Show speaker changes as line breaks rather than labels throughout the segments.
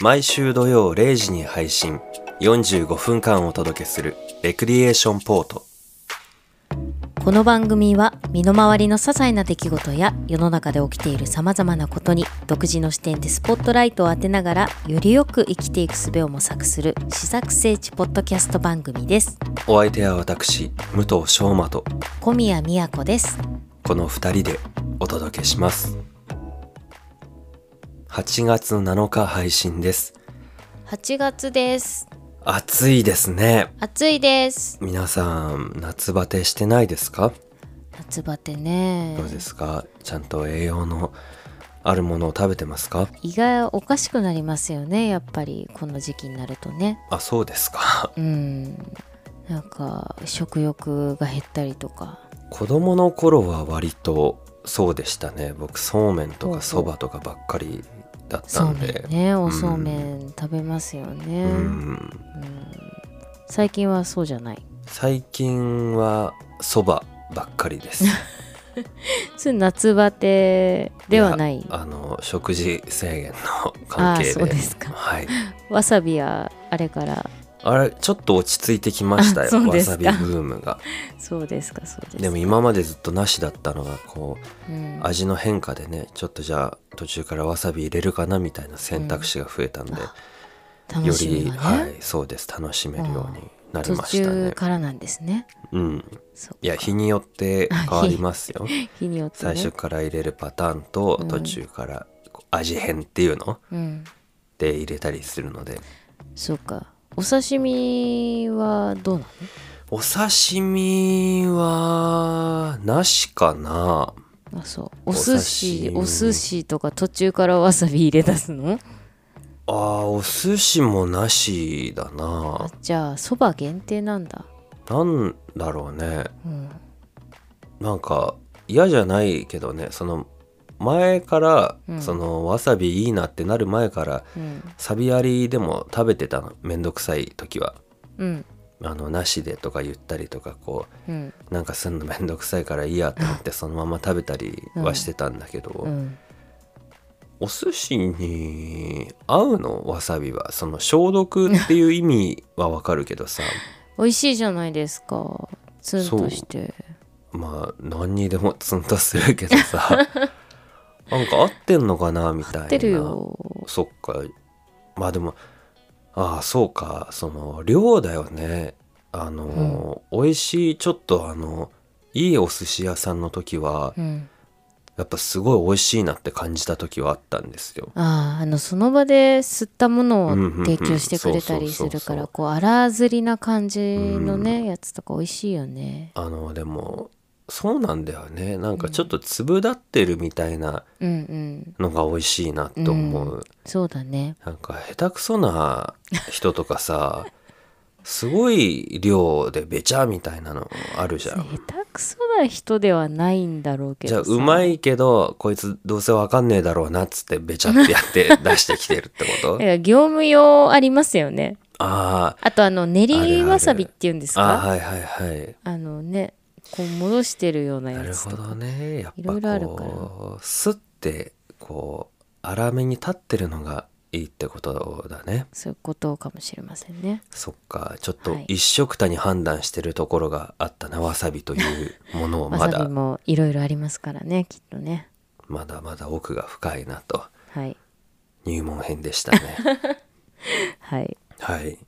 毎週土曜0時に配信45分間お届けするレクリエーションポート
この番組は身の回りの些細な出来事や世の中で起きているさまざまなことに独自の視点でスポットライトを当てながらよりよく生きていく術を模索する試作聖地ポッドキャスト番組です
お相手は私武藤昌磨と
小宮宮子です
この2人でお届けします8月7日配信です
8月です
暑いですね
暑いです
皆さん夏バテしてないですか
夏バテね
どうですかちゃんと栄養のあるものを食べてますか
胃がおかしくなりますよねやっぱりこの時期になるとね
あそうですか
うんなんか食欲が減ったりとか
子供の頃は割とそうでしたね僕そうめんと
ほうほう
かそばとかばっかりだった
そうんめ
で
んねおそうめん食べますよね、
う
うん
ん
最近はそうじゃない
最近はそばばっかりです
それ夏バテ ではない
やあの食事制限の関係で
あそうですか
はい
わさびやあれから
あれちょっと落ち着いてきました
あ
よ
そう
わ
ですか
さびブームが
そうですかそうですか
でも今までずっとなしだったのがこう
うん、
味の変化でねちょっとじゃあ途中からわさび入れるかなみたいな選択肢が増えたんで、
楽
よ
しみ
り、
が
は
ね、
いそうです楽しめるようになり
途
ました
中
ね
からなんですね
うん
そう
いや日によって変わりますよ
日によって、ね、
最初から入れるパターンと
うん
途中からこう味変っていうの
うん
で入れたりするので
そうかお刺身はどうな
お刺身はなしかな
のあそうお寿司
お
お
刺身
寿司とか途中からわさび入れ出すの
あーお寿司もなしだ
あ
な
じゃあそば限定なんだ
なんだろうね
うん
なんか嫌じゃないけどねその前から、
うん
そのわさびいいなってなる前から
うん
サビありでも食べてたのめんどくさい時は
うん
あのなしでとか言ったりとかこ
うん
うなんかすんのめんどくさいからいいやと思ってそのまま食べたりはしてたんだけど、
うん
お寿司に合うのわさびはその消毒っていう意味はわかるけどさ
美味しいじゃないですかツンとして
まあ何にでもツンとするけど さなんか合ってんのかなみたいな
合ってるよ
そっかまあでもああそうかその量だよねあの、美味しいちょっとあのいいお寿司屋さんの時は
うん
やっぱすごい美味しいなって感じた時はあったんですよ
あああのその場で吸ったものを
うんうんうん
提供してくれたりする
そうそうそ
か
うそ
ら
う
こう荒ずりな感じのねやつとか美味しいよね
あのでもそうなんだよねなんかちょっと粒立ってるみたいな
うんうん
のが美味しいなと思う、
うそうだね
なんか下手くそな人とか さすごい量でべちゃみたいなのあるじゃ
下
ん
手くそな人ではないんだろうけ
じゃあ
どさ
うまいけどこいつどうせわかんねえだろうなっつってべちゃってやって出してきてるってこと
え業務用ありますよね
あ
あとあの練
あるあ
り
る
わさびっていうんです
ああ
かあ
はいはいはい
のねこう戻してるような
な
や
る
つ
ほ
とか
どねやっ
いろいろあ
ぱ
るから
こうすってこう粗めに立ってるのがいいってことだね
そういうことかもしれませんね
そっかちょっと
はい
一緒くたに判断してるところがあったなわさびというものを
わ
ま
さび
だ
もいろいろありますからねきっとね
まだまだ奥が深いなと
はい
入門編でした ね
はい
はい。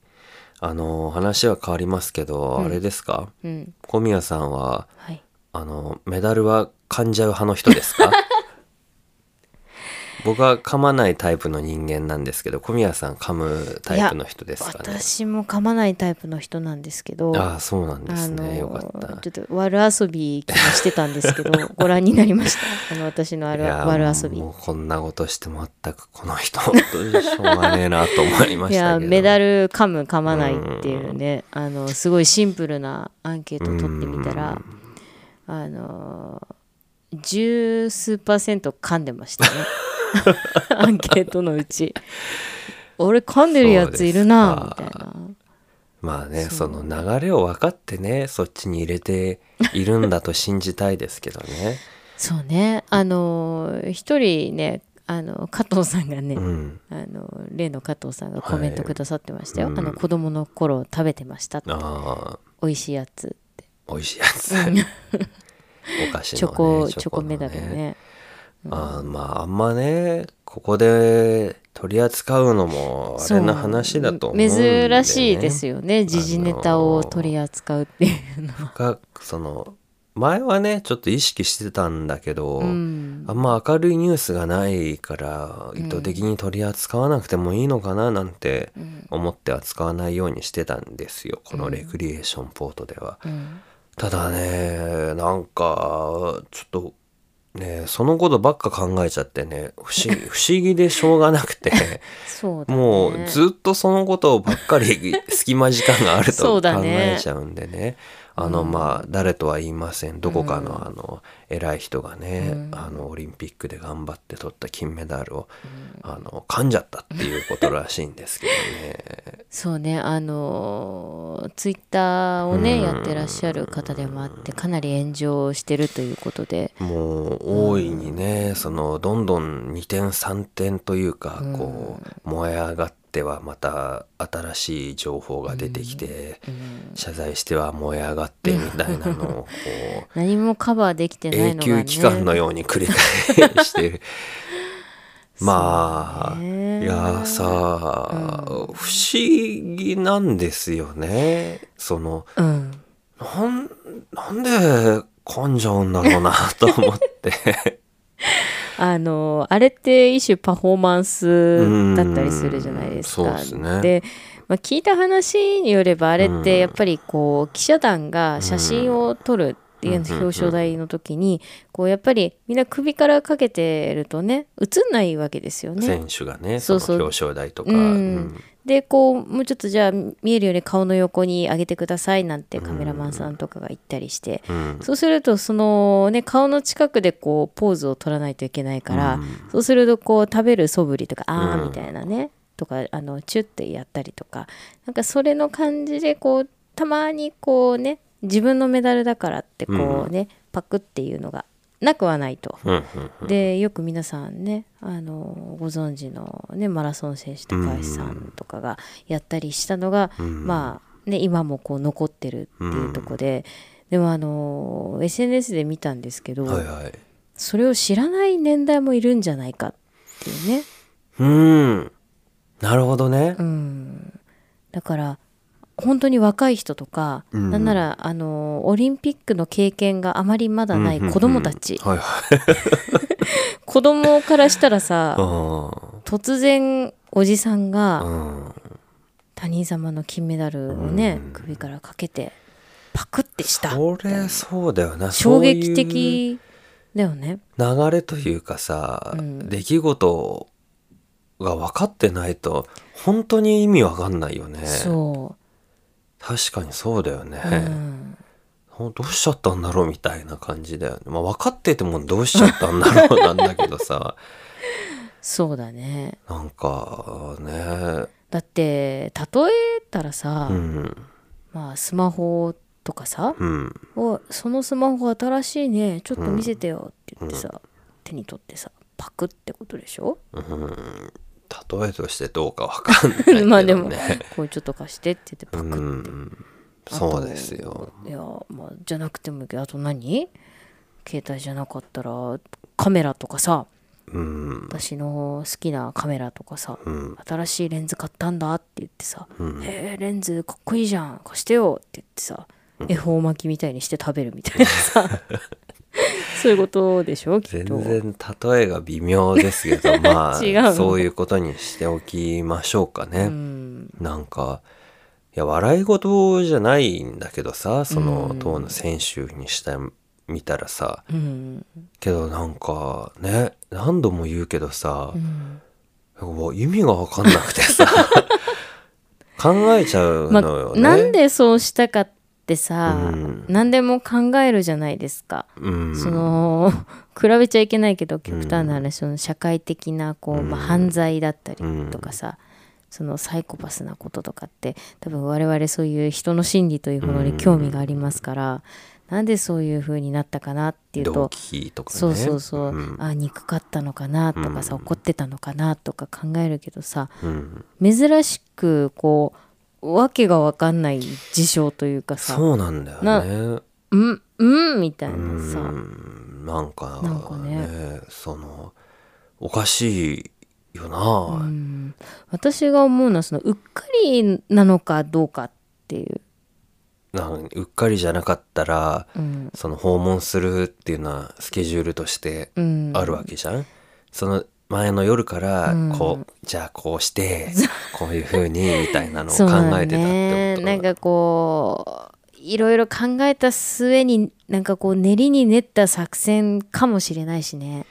あの話は変わりますけど、
うん
あれですか
うん
小宮さんは
はい
あのメダルは噛んじゃう派の人です か僕は噛まないタイプの人間なんですけど小宮さん噛むタイプの人ですかね
私も噛まないタイプの人なんですけど
ああそうなんですね、
ー
よかった
ちょっと悪遊び気もしてたんですけど ご覧になりましたあの私のある
いやー
悪遊び
もうこんなことして全くこの人本当にしょうがねえなと思いま
い
した
や
けど
メダル噛む噛まないっていうねあのすごいシンプルなアンケートを取ってみたらあのー十数パーセント噛んでました ねアンケートのうち俺噛んでるやついるな
そう
み
で
た
す
いな
まあね
そ
そうの流れを分かってねそっちに入れているんだと信じたいですけどね
そうねあのー一人ねあの加藤さんがね、
うん
あの例の加藤さんがコメント
はい
くださってましたよ、
うん
あの子供の頃食べてましたって
あ
美味しいや つって
あ美味しいやつお菓子の、ね、
チョコ、チョコ
の
メダルね
あーまああんまねここで取り扱うのもあ
そ
れ
う
な話だと思うんで、ね、
珍しいです
よ
よね時事ネタを取り扱うっていうのは、
がその前はねちょっと意識してたんだけど、
うん
あんま明るいニュースがないから意図的に取り扱わなくてもいいのかななんて
うん
思って扱わないようにしてたんですよこのレクリエーションポートでは。
うん
ただねなんかちょっとねそのことばっか考えちゃってね不 思不思議でしょうがなくて
そうだね
もうずっとそのことばっかり隙間時間がある
そ
と
うだ
考
ね
えちゃうんでねあのまあ誰とは言いませんどこかのあの偉い人がね、
うん
あのオリンピックで頑張って取った金メダルを、あの噛んじゃったっていうことらしいんですけどね
そうねあのツイッターをね、
うん
やってらっしゃる方でもあってかなり炎上してるということで
もう大いにね、そのどんどん二点三点というか、
うん
こう燃え上がってはまた新しい情報が出てきて、
うん
謝罪しては燃え上がってみたいなのをこう
何もカバーでき てない
永
のがね
久期間のように繰り 返してるまあ、
そうね
いやさ、
う
不思議なんですよねその
うん
なんなんで噛んじゃうんだろうなと思って
あのあれって一種パフォーマンスだったりするじゃないです
うんそう
か。
ですね
でまあ、聞いた話によればあれっ
うん
てやっぱりこう記者団が写真を撮るっていう
うん
表彰台の時にこうやっぱりみんな首からかけてるとね映んないわけですよね。
選手がね
そ
そう
そう
の表彰台とか、
うん
うん
でこうもうちょっとじゃあ見えるように顔の横に上げてくださいなんてカメラマンさんとかが言ったりして。
うん
そうするとそのね顔の近くでこうポーズを取らないといけないから、
うん
そうするとこう食べる素振りとかあ
う
ー
ん
みたいなね、とかあのチュッてやったりとかなんかそれの感じでこうたまにこうね自分のメダルだからってこうね、パクっていうのがなくはないと。
うんうん
でよく皆さんねあのご存知の、ね、マラソン選手高橋さんとかがやったりしたのが、
うん
まあね今もこう残ってるっていうところで、でもあの SNS で見たんですけど、
はいはい
それを知らない年代もいるんじゃないかっていうね、
うんなるほどね、
うん、だから本当に若い人とか、
うん
なんならあのオリンピックの経験があまりまだない子供たち、
はいはい
子供からした らさ
う
突然おじさんが
んうん
他人様の金メダルをね、首からかけてパクってした
それそうだよな
衝撃
そういう
的だよね
流れというかさ、
うん
出来事が分かってないと本当に意味分かんないよね
そ
確かにそうだよね
う、う、ん、
ほんどうしちゃったんだろうみたいな感じだよね、まあ、分かっててもどうしちゃったんだろうなんだけどさ
そうだね
なんかね
だって例えたらさ、
うん
まあ、スマホとかさ、
うん
おそのスマホ新しいねちょっと見せてよって言ってさ、手に取ってさパクってことでしょ、、
うん例えとしてどうか分かんないけど、ね
まあでもこれちょっと貸してって言ってパ
う
クって、
んそうですよ
いやまあじゃなくてもいいけどあと何携帯じゃなかったらカメラとかさ
うん
私の好きなカメラとかさ、
うん
新しいレンズ買ったんだって言ってさ「
うん
へえレンズかっこいいじゃん貸してよ」って言ってさ恵方巻きみたいにして食べるみたいなさ そういうことでしょきっ
全
と。
然例えが微妙ですけ どま
違うの
あそういうことにしておきましょうか
う
ね、
ん
なんかいや笑い事じゃないんだけどさその
うん
当の選手にしてみたらさ
うん
けどなんかね何度も言うけどさ
う、ん
うわ意味が分かんなくて さ考えちゃう
ま
のよ
あ、
ね、
なんでそうしたかってさ、
うん
何でも考えるじゃないですか。
うん
その 比べちゃいけないけど極端な話、その社会的なこう、まあ、犯罪だったりとかさ、そのサイコパスなこととかって多分我々そういう人の心理というものに興味がありますから、なんでそういう風になったかなっていう
動
と
機とかね
そうそうそう、
ん
あ憎かったのかなとかさ、怒ってたのかなとか考えるけどさ
うん
珍しくこう訳が分かんない事象というかさ
そうなんだよね
うんうんみたいうなさ、
んなんか
なんかね
ねそのおかしいよな
うん私が思うのはそのうっかりなのかどうかっていう、
なのにうっかりじゃなかったら
うん
その訪問するっていうのはスケジュールとして
うん、
あるわけじゃん、その前の夜から
うん
こう、じゃあこう してこういうふうにみたいなのを考
そうなん
えてたって
ね
こと
なんかこういろいろ考えた末になんかこう練りに練った作戦かもしれないしね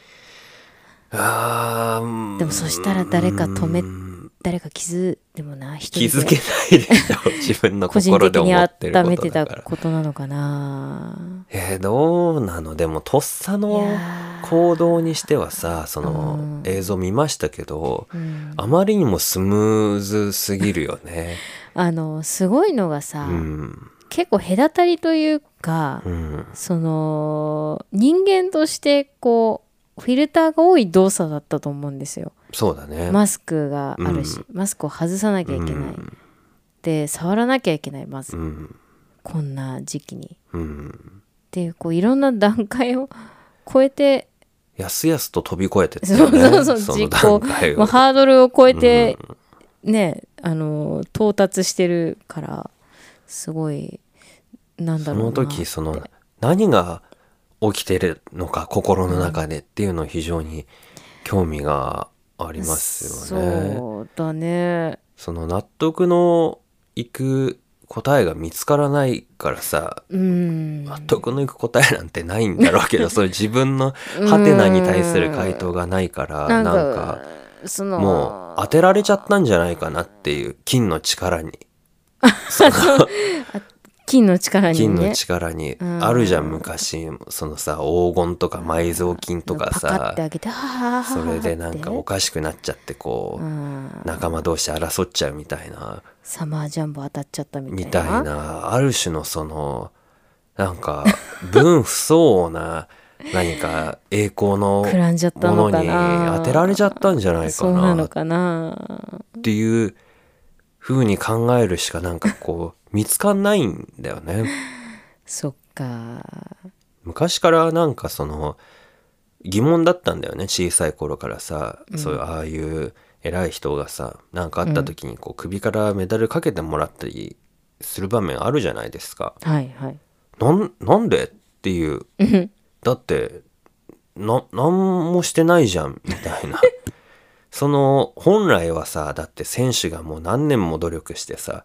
あー
でもそしたら誰か止め
うん
誰か傷でもな一人
気
で
づけないで しょ自分の
個人
心
的
で
に
思
温
ってるこ
め
と
て
だ
た
から
ことなのかな
えーどうなのでもとっさ
い
の
やー
行動にしてはさその、
うん
映像見ましたけど
うん
あまりにもスムーズすぎるよね。
あのすごいのが
う
さ、
ん
結構隔たりというか、
うん
その人間としてこうフィルターが多い動作だったと思うんですよ
そうだね。
マスクがあるし、
う
マスクを外さなきゃいけない、
うん
で触らなきゃいけないまず、
うん
こんな時期に
うん
っていうこういろんな段階を超えて
やすやすと飛び越えてった
そう
よね
そうそう
そ
実
の
行
段階を
もうハードルを超えて、ねあの到達してるからすごいなんだ
そ
ろうな
の時その何が起きてるのか心の中でっていうのを非常に興味がありますよね。そ
そうだね
の納得のいく答えが見つからないからさ
うん
納得のいく答えなんてないんだろう けど、そういう自分のハテナに対する回答がないから
な
なんん
か
か
その
もう当てられちゃったんじゃないかなっていう金の力に。その
金の力にね
金の力に
うん
あるじゃん昔そのさ黄金とか埋蔵金とか
パカっ
さ
て開けてはあはあはあはあ
それでなんかお
って
かしくなっちゃってこ
う
うん仲間同士争っちゃうみたいな
サマージャンボ当たっちゃったみたいな
みたいなある種のそのなん か分不相応な何か栄光の
くらんじゃった
もの
のか
に
な
当てられちゃったんじゃない
そ
か
うな
な
の
っ
かな
ていうふうに考えるしかなんかこう見つかんないんだよね。
そっか
昔からなんかその疑問だったんだよね小さい頃からさ、そういうああいう偉い人がさなんかあった時にこう首からメダルかけてもらったりする場面あるじゃないですか。
はいはい
なんなんでっていうだってな何もしてないじゃんみたいな その本来はさだって選手がもう何年も努力してさ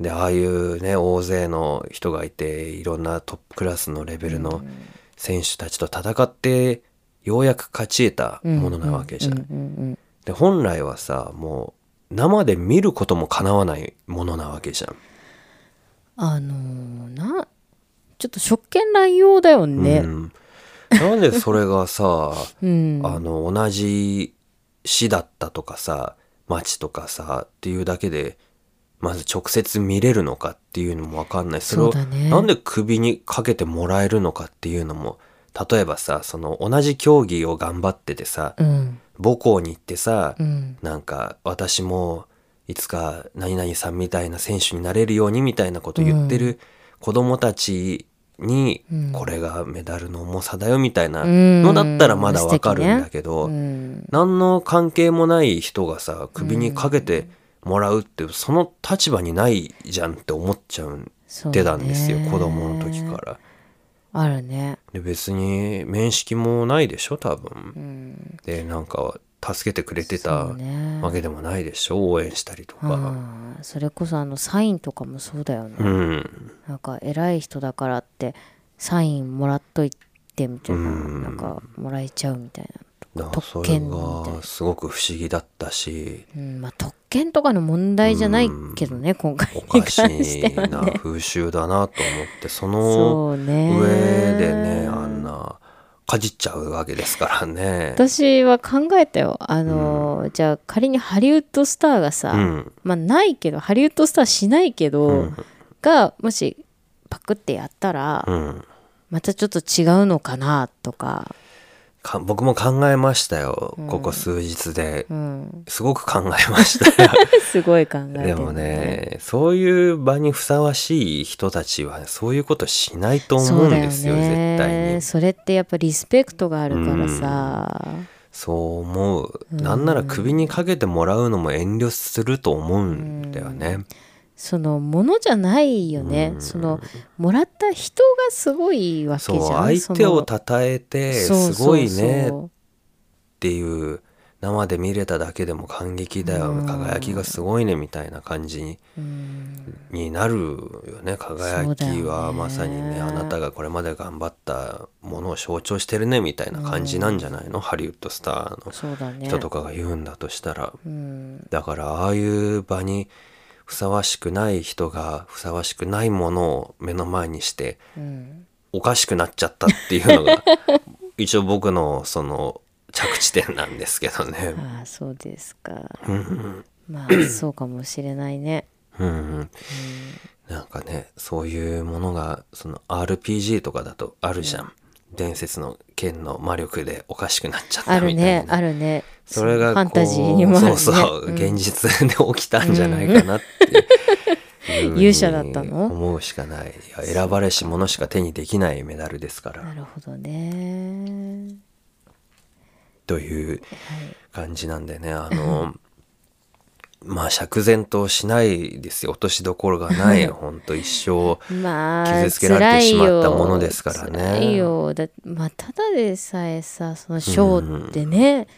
でああいうね大勢の人がいていろんなトップクラスのレベルの選手たちと戦ってようやく勝ち得たものなわけじゃない、
うんうん
で本来はさもう生で見ることもかなわないものなわけじゃん。
あのーなちょっと職権乱用だよ
う
ね
ん、なんでそれが さ
うん
あの同じ市だったとかさ町とかさっていうだけでまず直接見れるのかっていうのも分かんないそれ
そ
を
うだね
なんで首にかけてもらえるのかっていうのも例えばさその同じ競技を頑張っててさ
うん
母校に行ってさ
うん
なんか私もいつか何々さんみたいな選手になれるようにみたいなこと言ってる子供たちに
うん
これがメダルの重さだよみたいな
うん
のだったらまだわかるんだけど、
うん
何の関係もない人がさ首にかけてもらうってその立場にないじゃんって思っちゃう
そう
てたんですよ、
ね
子供の時から。
あるね
で別に面識もないでしょ多分。
うん
でなんか助けてくれてた
そう
わ
ね
けでもないでしょ応援したりとか。
ああそれこそあのサインとかもそうだよね、
うん、
なんか偉い人だからってサインもらっといてみたいな、
うん
なんかもらえちゃうみたい
だ
な
からそ
特
れ
権みたいな
が、すごく不思議だった し
うんまあ、特権とかの問題じゃないけどね、今回
お
に
かし
関してはね
いな風習だなと思ってその
そうね
上でねあんなかじっちゃうわけですからね。
私は考えたよあのー、じゃあ仮にハリウッドスターがさ、
うん
まあないけどハリウッドスターしないけど、
うん
がもしパクってやったら、
うん
またちょっと違うのかなとか、
か僕も考えましたよ、ここ数日で
うん、
すごく考えま したよ
すごい考えてる、
でもねそういう場にふさわしい人たちはそういうことしないと思うんですよ
そうだ
絶対
ね
に
それってやっぱリスペクトがあるからさ、
そう思う、なんなら首にかけてもらうのも遠慮すると思うんだよね、
そのものじゃないよね、そのもらった人がすごいわけじ
そう
ゃん
相手を
た
称えてすごいねっていう生で見れただけでも感激だよ
うん
輝きがすごいねみたいな感じにになるよね輝き
そうだよ
は
ね
まさにねあなたがこれまで頑張ったものを象徴してるねみたいな感じなんじゃないのハリウッドスターの
そうだね
人とかが言うんだとしたら
うん
だからああいう場にふさわしくない人がふさわしくないものを目の前にして
うん
おかしくなっちゃったっていうのが一応僕のその着地点なんですけど ね。
ああそうですか
うんうん
ま あそうかもしれないね
うんうんなんかねそういうものがその RPG とかだとあるじゃん。伝説の剣の魔力でおかしくなっちゃっ
あ
た
る
みたい
ね
な。
あるね
それが
ファンタジーに
こ
も
う
あるね
そうそう、
ん
現実で起きたんじゃないかなっていうふうに
勇者だったの
思うしかないいや選ばれし者しか手にできないメダルですから
なるほどね
という感じなんでねあのまあ釈然としないですよ落としどころがない 本当一生
まあ
傷つけられてしまったものですからね
辛いよだまあただでさえさその賞ってね、
うん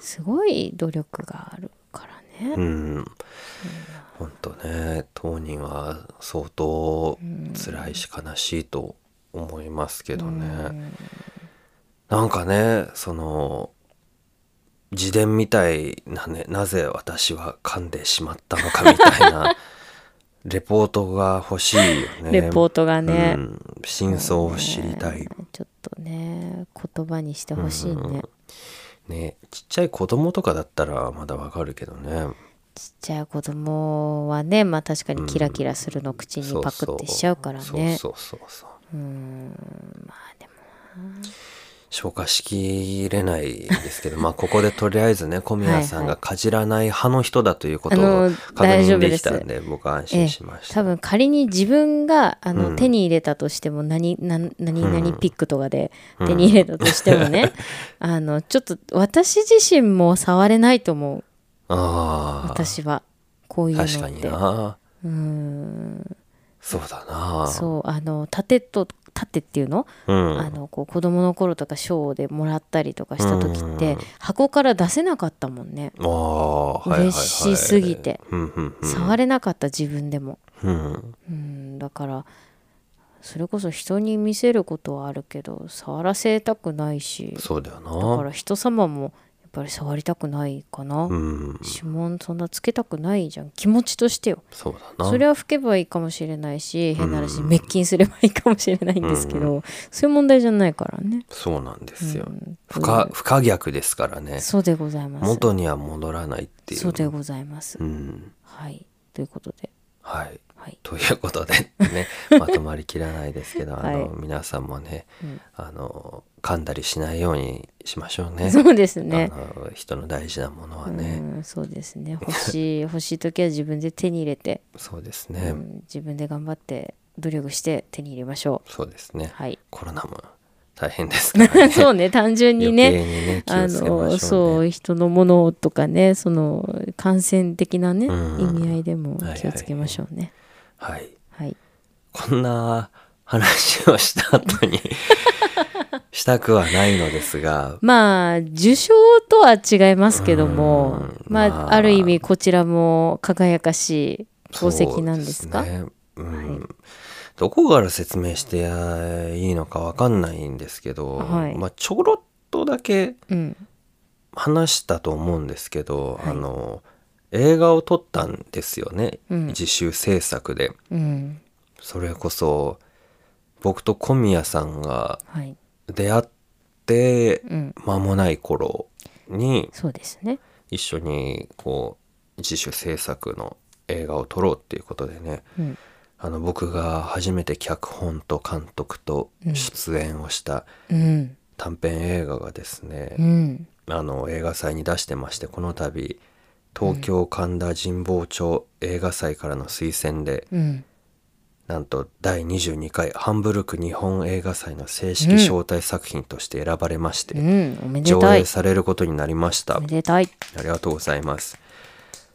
すごい努力があるからね、
うん本当ね当人は相当辛いし悲しいと思いますけどね、なんかねその自伝みたいなねなぜ私は噛んでしまったのかみたい なレポートが欲しいよね
レポートがね、
うん、真相を知りたい、
ちょっとね言葉にしてほしいね、
うんねちっちゃい子供とかだったらまだわかるけどね
ちっちゃい子供はねまあ確かにキラキラするの口にパクってしちゃうからね
そうそうそうそう
うんまあでも
消化しきれないですけどまあここでとりあえず ね小宮さんがかじらない派の人だということ
あ
を
の
確
大丈
認
夫
で
で
き
す
たんで僕は安
ええ
心しました、
多分仮に自分があの、手に入れたとしても何何何々ピックとかで手に入れたとしてもね、 あのちょっと私自身も触れないと思う
ああ
私はこういうのって
確かにな
うん
そうだな
そうあの盾と盾っていうの,、
うん
あのこう子供の頃とか賞でもらったりとかした時って、
うん
箱から出せなかったもんね、
ああはいはい、はい、
嬉しすぎて
うんうん
触れなかった自分でも、
うんうん
うん、だからそれこそ人に見せることはあるけど触らせたくないし
そうだよ
だか
な
ら人様もやっぱり触りたくないかな、
うん
指紋そんなつけたくないじゃん気持ちとしてよ
そうだな
それは吹けばいいかもしれないし変な話滅菌すればいいかもしれないんですけど、そういう問題じゃないからね
そうなんですよ、
うん
不可不可逆ですからね
そうでございます
元には戻らないっていう
そうでございます、
うん
はいということで
はい
はい
ということで ねまとまりきらないですけど、あの
は
皆さんもね、あの噛んだりしないようにしましょうね
そうですね
あの人の大事なものはね、
うん、そうです ね欲しい欲しい時は自分で手に入れて、
そうですね、
うん自分で頑張って努力して手に入れましょ
そうですね、
うはい
コロナも大変ですからね
そ うね単純に
余
ね
計にね気
あ
をつけましょうね
のそう人のものとかねその感染的なね、
うん
意味合いでも気をつけましょうね
はい
はい
こんな話をした後 にしたくはないのですが
まあ受賞とは違いますけど
う
も、
ん
まあ、
まあ
ある意味こちらも輝かしい功績なんですか
そうねうんどこから説明していいのかわかんないんですけど、
はい
まあ、ちょろっとだけ
うん
話したと思うんですけど、
はい
あの映画を撮ったんですよね、
うん
自主制作で
うん
それこそ僕と小宮さんが
はい
出会って
うん
間もない頃に
そうですね
一緒にこう自主制作の映画を撮ろうっていうことでね
うん
あの僕が初めて脚本と監督と出演をした
うん
短編映画がですね、
うん
あの映画祭に出してましてこの度東京神田神保町映画祭からの推薦で、
うん
なんと第22回ハンブルク日本映画祭の正式招待作品として選ばれまして、
うんおめで
上
たい
映されることになりました
おめでたい
ありがとうございます。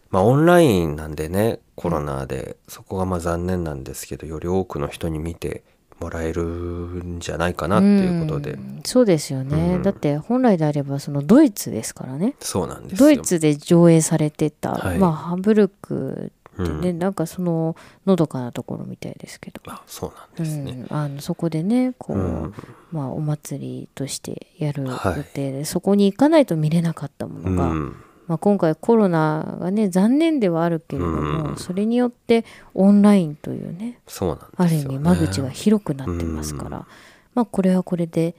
まあオンラインなんでねコロナでそこがまあ残念なんですけどより多くの人に見てもらえるんじゃないかなっていうことで、
うんそうですよね、
うん
だって本来であればそのドイツですからね
そうなんですよ
ドイツで上映されてた、
はい
まあハンブルクってね、
う
なんかそののどかなところみたいですけど、
あそうなんですね。
うん、あのそこでねこう、
うん
まあ、お祭りとしてやる予
はい
定で、そこに行かないと見れなかったも
う
のが、
ん
まあ、今回コロナがね残念ではあるけれども、
うん
それによってオンラインというね
そうなん
ある
で
意
すよ、ね、
味間口が広くなってますから、
う
まあこれはこれで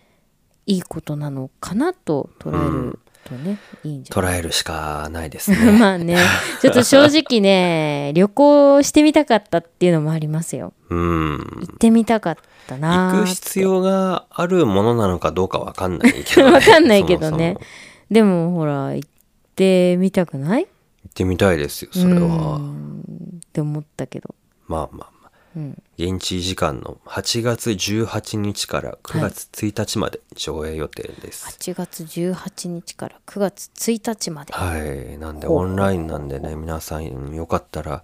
いいことなのかなと捉えるとね、いいんじゃない
捉えるしかないですね。
まあねちょっと正直 ね旅行してみたかったっていうのもありますよ
うん
行ってみたかったな
行く必要があるものなのかどうかわかんないけど、ね、
わかんないけど
そも
ね
そも
でもほら行ってみたくない
行ってみたいですよそれは、
うんって思ったけど、
まあまあまあ
うん、
現地時間の8月18日から9月1日まで上映予定です
8月18日から9月1日まで
はい、なんで
ほう
オンラインなんでね皆さんよかったら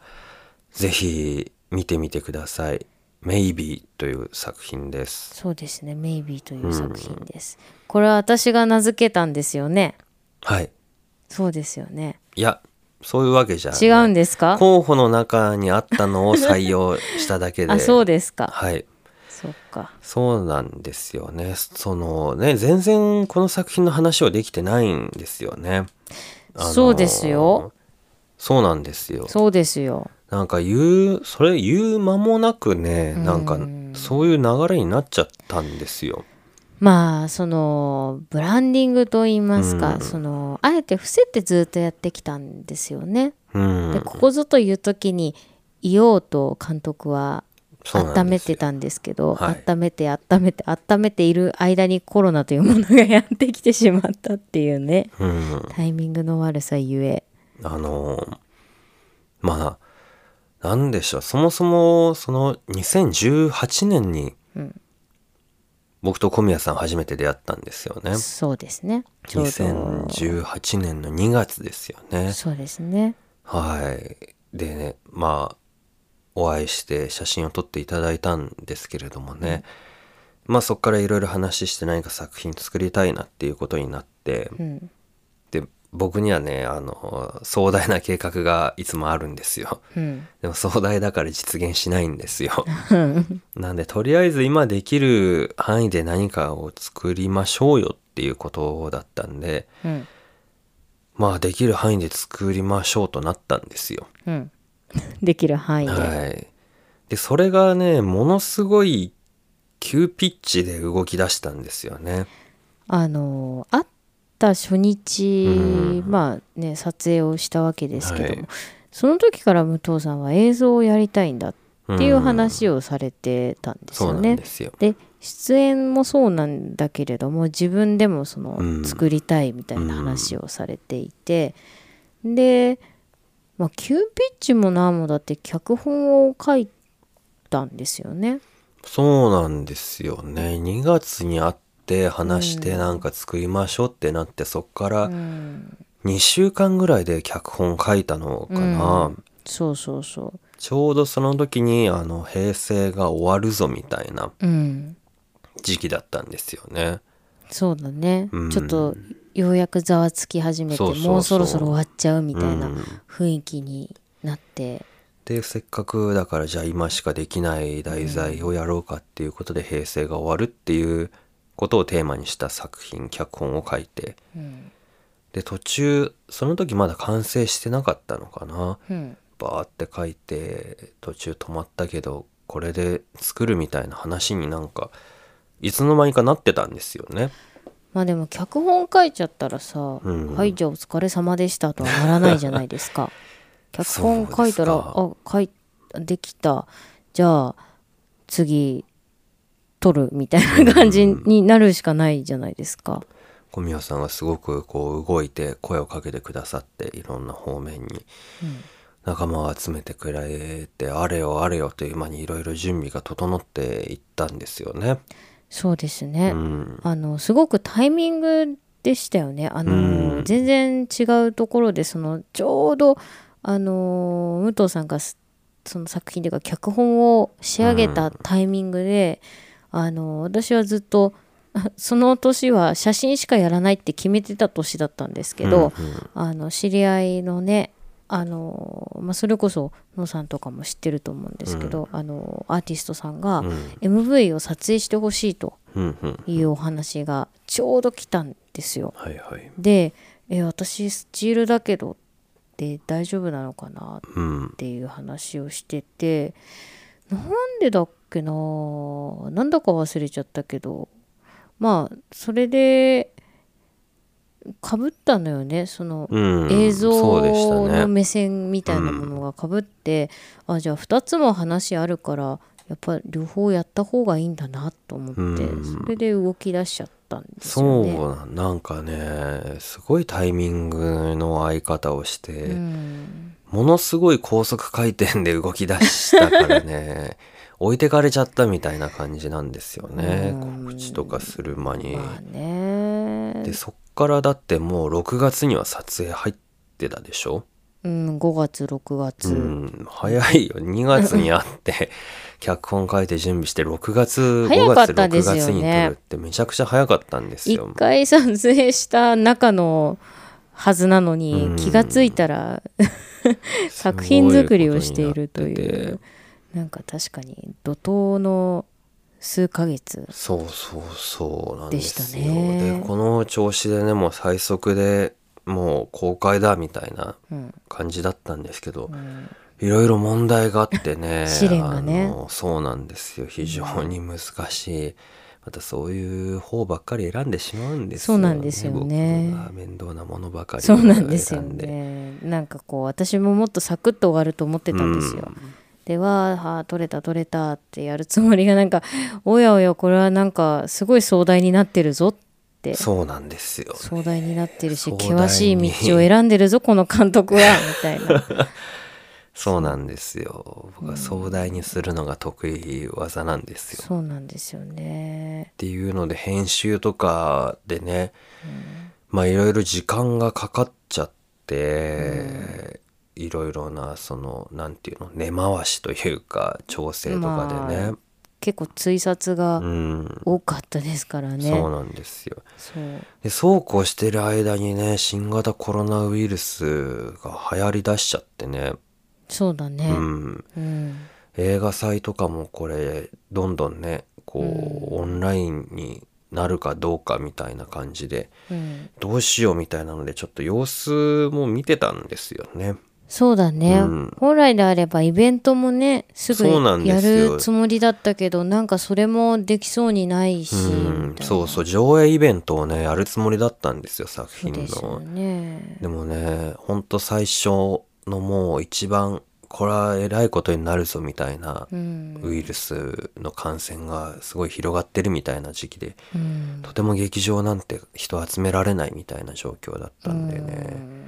ぜひ見てみてください「Maybe」という作品です
そうですね「メイビーという作品です、これは私が名付けたんですよね
はい
そうですよね
いやそういうわけじゃない
違うんですか
候補の中にあったのを採用しただけで
あそうですか
はい
そっか
そうなんですよね。そのね、全然この作品の話をできてないんですよね。あの
そうですよ。
そうなんですよ。
そうですよ
なんか言う、それ言う間もなくね、なんかそういう流れになっちゃったんですよ。
まあそのブランディングといいますか、
うん
そのあえて伏せてずっとやってきたんですよね、
うん。
でここぞという時にいようと監督は
そうな
温
んで
め
すよ
てたんですけど
はい
温めて温めて温めている間にコロナというものがやってきてしまったっていうね
うん。
タイミングの悪さゆえ
あの、まあ、なんでしょう。そもそも、その2018年に、
うん
僕と小宮さん初めて出会ったんですよね。
そうですねちょうど
2018年の2月ですよね。
そうですね
はい。でね、まあ、お会いして写真を撮っていただいたんですけれどもね、まあそこからいろいろ話して何か作品作りたいなっていうことになって、
うん
で、僕にはね、あの、壮大な計画がいつもあるんですよ。
うん
でも壮大だから実現しないんですよ。なんでとりあえず今できる範囲で何かを作りましょうよっていうことだったんで、
うん
まあできる範囲で作りましょうとなったんですよ。
うん できる範囲で、
はい。で、それがね、ものすごい急ピッチで動き出したんですよね。
あの会った初日、
うん
まあね撮影をしたわけですけども、
はい
その時から武藤さんは映像をやりたいんだっていう話をされてたんです
そう
よ
なん
ね。
ですよ。
で出演もそうなんだけれども自分でもその、
うん
作りたいみたいな話をされていて、で、まあ、急ピッチも何もだって脚本を書いたんですよね。
そうなんですよね。2月に会って話してなんか作りましょうってなって、そっから
うん、
2週間ぐらいで脚本書いたのかな。
うんそうそうそ
ちょうどその時に、あの、平成が終わるぞみたいな
う。うん
時期だったんですよね。
そうだね、
うん
ちょっとようやくざわつき始めて
そうそうそう
もうそろそろ終わっちゃうみたいうなん雰囲気になって、
でせっかくだからじゃあ今しかできない題材をやろうかっていうことで平成が終わるっていうことをテーマにした作品脚本を書いて
うん
で途中その時まだ完成してなかったのかな
うん
バーって書いて途中止まったけどこれで作るみたいな話になんかいつの間にかなってたんですよね。
まあでも脚本書いちゃったらさ「
うん
はいじゃあお疲れ様でした」とは ならないじゃないですか。脚本書いたら「
そ
あ書いできたじゃあ次取るみたいな感じになるしかないじゃないですか。
小宮さんがすごくこう動いて声をかけてくださっていろんな方面に仲間を集めてくれてあれよあれよという間にいろいろ準備が整っていったんですよね。
そうですね、
うん
あのすごくタイミングでしたよねあの、
うん
全然違うところでそのちょうどあの武藤さんがすその作品というか脚本を仕上げたタイミングで、あの私はずっと あその年は写真しかやらないって決めてた年だったんですけど、
うんうん
あの知り合いのねあの、まあ、それこそ野さんとかも知ってると思うんですけど、あのアーティストさんが MV を撮影してほしいと。
うんうん
いうお話がちょうど来たんですよ。
はいはい。
で「え私スチールだけど」って大丈夫なのかなっ
うん
ていう話をしててなんでだっけななんだか忘れちゃったけどまあそれでかぶったのよねその
うん、
映像
そうでした
の
ね。
目線みたいなものがかぶって、あじゃあ2つも話あるからやっぱり両方やった方がいいんだなと思って、
うん
それで動き出しちゃったんです
そ
よね。
うなんなんかねすごいタイミングの合い方をして、
うん
ものすごい高速回転で動き出したから ね置いてかれちゃったみたいな感じなんですよね
うん
告知とかする間に。
まあね
でそっからだってもう6月には撮影入ってたでしょ
うん、5月6月、
うん、早いよ2月に会って 脚本書いて準備して6月5
早かっ
月
たで
6
すよね
月に撮るってめちゃくちゃ早かったんですよ
1。回撮影した中のはずなのに、
うん
気がついたら作品作りをしているというなんか確かに怒涛の数ヶ月
そうそうそうなんですよ
でしたね
でこの調子でねもう最速でもう公開だみたいな
うん
感じだったんですけど
う、ん
いろいろ問題があってね
試練がね
あのそうなんですよ非常に難しい、またそういう方ばっかり選んでしまうんですよね
そうなんですよね
僕が面倒なものばかり
そうなんですよ
選んで
ねなんかこう私ももっとサクッと終わると思ってたんですよ、でわーはー取れた取れたってやるつもりがなんか おやおやこれはなんかすごい壮大になってるぞって
そうなんですよ
壮大になってるし
壮大に
険しい道を選んでるぞこの監督は みたいな
そうなんですよ僕は壮大にするのが得意技なんですよ、っ
そうなんですよね
ていうので編集とかでね、まあいろいろ時間がかかっちゃって、いろいろなそのなんていうの根回しというか調整とかでね、
ま結構追殺が
うん、
多かったですからね、
そうなんですよ
そう
でそうこうしてる間にね新型コロナウイルスが流行りだしちゃってね、
そうだね、
うん、
うん
映画祭とかもこれどんどんねこう、オンラインになるかどうかみたいな感じで
うん、
どうしようみたいなのでちょっと様子も見てたんですよね。
そうだね、
うん
本来であればイベントもねすぐ
そうなんで
や
すよ
るつもりだったけどなんかそれもできそうにないし、
うん
み、たいな
そうそう上映イベントをねやるつもりだったんですよ作
そ
品
うですよ
の。
ね
でもねほんと最初のもう一番これはえらいことになるぞみたいな
うん、
ウイルスの感染がすごい広がってるみたいな時期で
うん
とても劇場なんて人集められないみたいな状況だったんでね、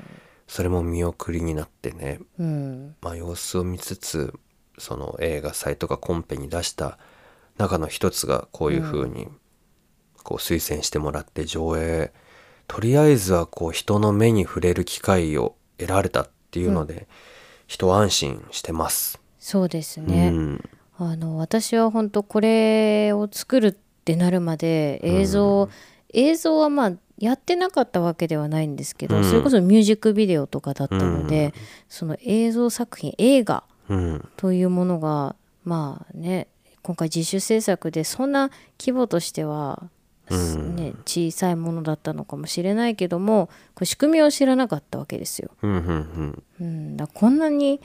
それも見送りになってね、
うん
まあ、様子を見つつその映画祭とかコンペに出した中の一つがこういう風にこう推薦してもらって上映とりあえずはこう人の目に触れる機会を得られたっていうので一安心してます。
そうです
う
ね、
ん
あの私は本当これを作るってなるまで映像、映像はまあやってなかったわけではないんですけど、
うん
それこそミュージックビデオとかだったので、その映像作品映画
うん
というものがまあね今回自主制作でそんな規模としては、
うん
ね、小さいものだったのかもしれないけどもこれ仕組みを知らなかったわけですよ。
うんうん
うん、だからこんなに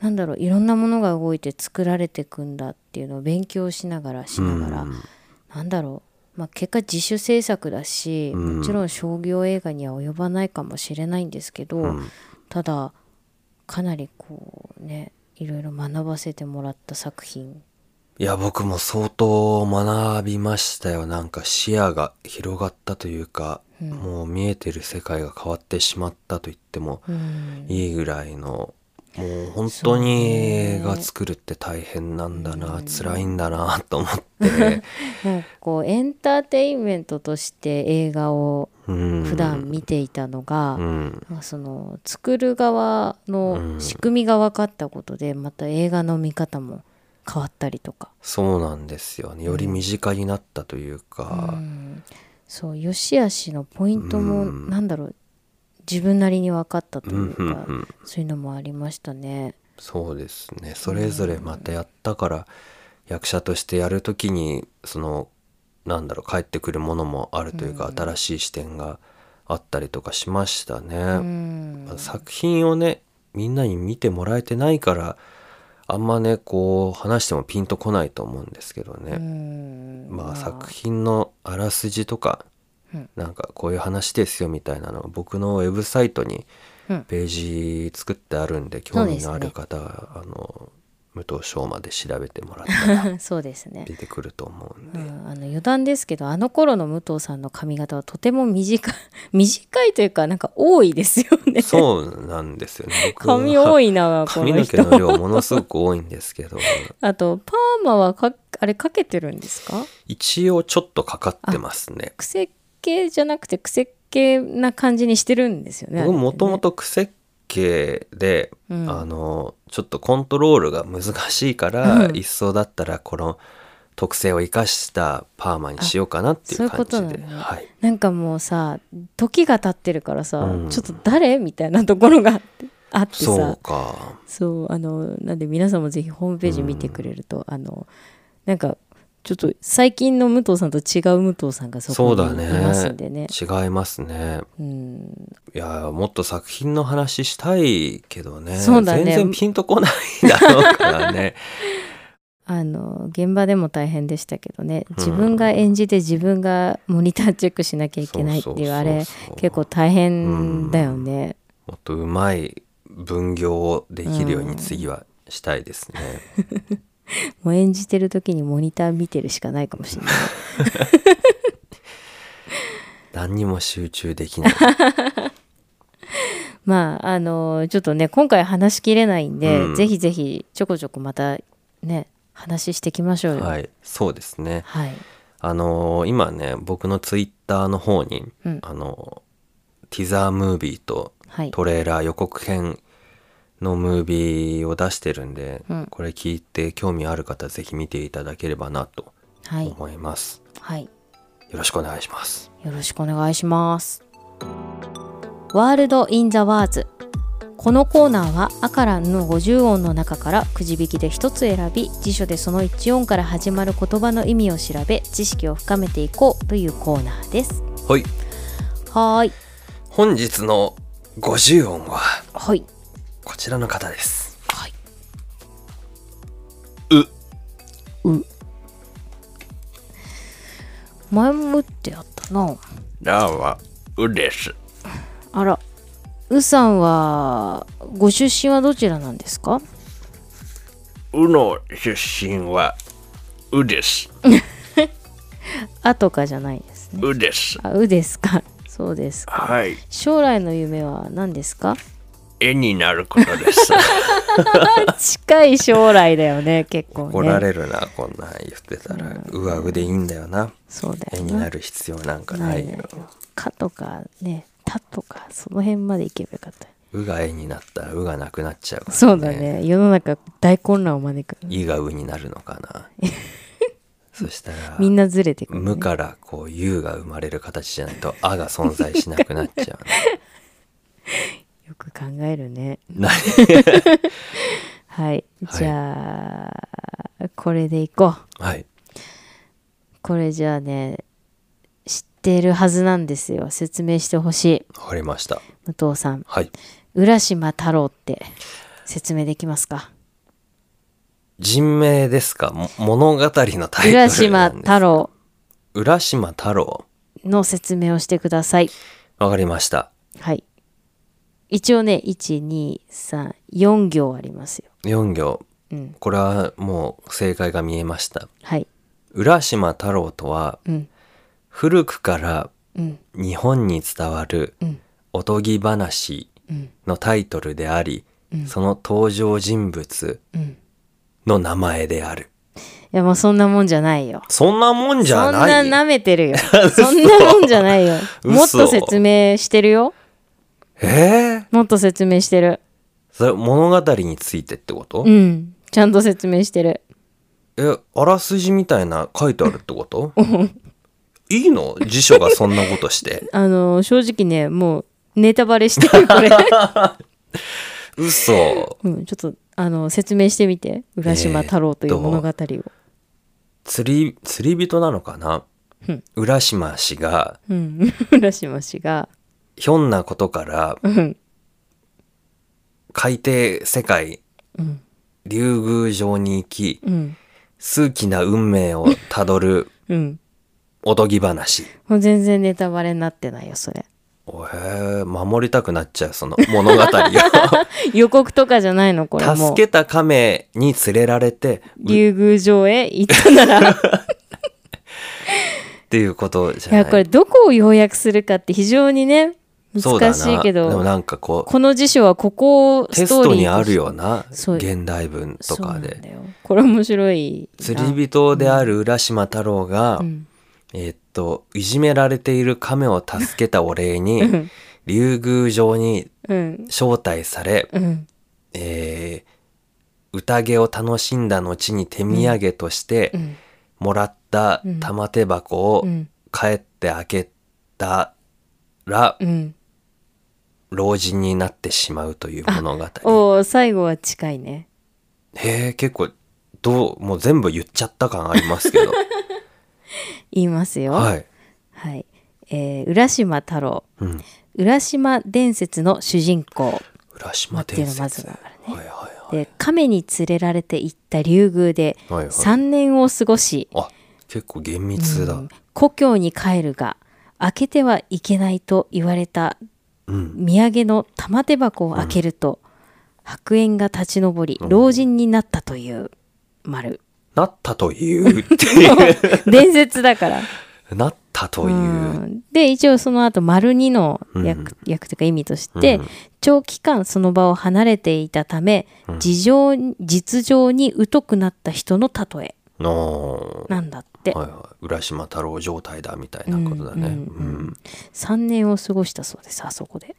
なんだろういろんなものが動いて作られていくんだっていうのを勉強しながらし
う
なんがら、なんだろう、まあ、結果自主制作だし、
うん
もちろん商業映画には及ばないかもしれないんですけど、
うん
ただかなりこうねいろいろ学ばせてもらった作品
いや、僕も相当学びましたよ。なんか視野が広がったというか、もう見えてる世界が変わってしまったと言っても
うん
いいぐらいの、もう本当に映画作るって大変なんだな、辛いんだなと思 って、
なんかこうエンターテインメントとして映画を
うん、
普段見ていたのが、
うん、
なんかその作る側の仕組みが分かったことで、また映画の見方も変わったりとか、
そうなんですよね。より身近になったというか、
うんそう良し悪しのポイントも
うん
なんだろう、自分なりに分かったと
う
い
ん
うか、
うんうん、
そういうのもありましたね。
そうですねそれぞれまたやったから役者としてやるときにそのなんだろう返ってくるものもあるというか、新しい視点があったりとかしましたね、
うん
まあ作品をねみんなに見てもらえてないからあんまねこう話してもピンとこないと思うんですけど
う
ね、
ん
まあ作品のあらすじとか、
うん
なんかこういう話ですよみたいなのを僕のウェブサイトに
うん
ページ作ってあるんで興味のある方は、あの武藤翔まで調べてもらったら
そうですね、
出てくると思うん
う
で、
ん、あの余談ですけどあの頃の武藤さんの髪型はとても短い 短いというかなんか多いですよ ね
そうなんですよ ね僕は
髪多いなこ
髪
の
の毛
人
の量ものすごく多いんですけど
あとパーマはかあれかけてるんですか
一応ちょっとかかってますね
癖系じゃなくて癖系な感じにしてるんですよね
僕もと
あれ
も
ね
と癖っ気で、
うん
あのちょっとコントロールが難しいから、
うん
一層だったらこの特性を生かしたパーマにしようかなっていう
あそうい
感
うこと
じで
なんだ
はい、
なんかもうさ時が経ってるからさ、
うん
ちょっと誰みたいなところがあって あってさ
そうか
そうあのなんで皆さんもぜひホームページ見てくれると、あのなんかちょっと最近の武藤さんと違う武藤さんがそ
そ
こ
うだ
にいます
ね
んでね。
違いますね
うん、
いやもっと作品の話したいけどね
そうだね
全然ピンとこないだろうからね
あの現場でも大変でしたけどね
ん
自分が演じて自分がモニターチェックし なきゃいけないって
そ
いう
そうそう
う
そう
あれ結構大変だよね。
もっとうまい分業をできるように次はしたいですね、
もう演じてる時にモニター見てるしかないかもしれない。
何にも集中できない
まああのちょっとね今回話しきれないんで、
うん
ぜひぜひちょこちょこまたね話してきましょうよ。
はいそうですね
はい
あのー今ね僕のツイッターの方に、
うん
あのーティザームービーと
はい
トレーラー予告編のムービーを出してるんで、
うん
これ聞いて興味ある方ぜひ見ていただければなと
はい、
思います、
はい、
よろしくお願いします
よろしくお願いします。ワールド・イン・ザ・ワーズこのコーナーはアカランの50音の中からくじ引きで1つ選び辞書でその1音から始まる言葉の意味を調べ知識を深めていこうというコーナーです。
はい
はーい
本日の50音は
はい
こちらの方です
はいうう前も打ってやったな。
ラーはうです
あら、うさんはご出身はどちらなんですか？
うの出身はうです
あとかじゃないですね。
うです
あ、うですか。そうですか。
はい
将来の夢は何ですか？
絵になることです
近い将来だよね、結構ね。
怒られるなこんなん言ってたらうわうでいいんだよな
そうだ
絵
よ
に
な。
なる必要なんかないよ
かとかね、たとかその辺までいけばよかった。
うが絵になったらうがなくなっちゃうから、
そうだね。世の中大混乱を招く。
いがうになるのか なそしたら
みんなずれてくる、ね
無。からこう「うが生まれる形じゃないと「あ」が存在しなくなっちゃうね
よく考えるね。
な
はい。
はい
じゃあ、これでいこう。
はい
これじゃあね知ってるはずなんですよ説明してほしい
わかりました
武藤さん
はい
浦島太郎って説明できますか
人名ですかも物語のタイトルなんです
浦島太郎
浦島太郎
の説明をしてください
わかりました
はい一応ね1234行ありますよ
4行
うん
これはもう正解が見えました
はい
浦島太郎とは
うん
古くから
うん
日本に伝わる
うん
おとぎ話
うん
のタイトルであり、
うん
その登場人物
うん
の名前である
いやもうそんなもんじゃないよ
そんなもんじゃない
そんな舐めて るよそんなもんじゃないよもっ
嘘
と説明してるよ
えー、
もっと説明してる
それ物語についてってこと、
うんちゃんと説明してる
えあらすじみたいな書いてあるってこといいの辞書がそんなことして
あの正直ねもうネタバレして るこれ、
嘘
うん、ちょっとあの説明してみて浦島太郎という物語を、
釣り釣り人なのかな、
うん
浦島氏が
うん、 浦島氏が、
ひょんなことから
うん、
海底世界
うん
竜宮城に行き
うん
数奇な運命をたどる
うん
おとぎ話
もう全然ネタバレになってないよそれ
おへー守りたくなっちゃうその物 語を
予告とかじゃないのこれも
助
う
けた亀に連れられてうっ
竜宮城へ行ったならい
ていうことじゃない
やこれどこを要約するかって非常にね
そうだ
難
な
しいけ
でも
ど
なんかこう
この辞書はここを
テ
ス
ス
トー
ト
リー
にあ
として
るような
そう
現代文とか
そうなんだ
で
よこれ面白いな
釣り人である浦島太郎が、
うん
えっといじめられている亀を助けたお礼に
うん
竜宮城に
うん
招待され、
うん
えー宴を楽しんだ後に手土産として
うん
もらった玉手箱を
うん
帰って開けたら
うん
老人になってしまうという物語。
おー最後は近いね
へえ結構どうもう全部言っちゃった感あります けど
言いますよ
はい、
はいえー浦島太郎
うん、
浦島伝説の主人公
浦島伝説
まあっていうのはま
はいはい
で亀に連れられて行った竜宮で
はいはい
3年を過ごし、
はいあ結構厳密だ
うん故郷に帰るが開けてはいけないと言われた
うん
土産の玉手箱を開けると、白煙が立ち上り老人になったという丸
なったというっていう
伝説だ から。
なったというう ん
で一応その後丸二の訳,、訳というか意味として、
うん
長期間その場を離れていたため、事情に実情に疎くなった人の例え
の
なんだって、
はいはい浦島太郎状態だみたいなことだね
うん
うん
3年を過ごしたそうですあそこで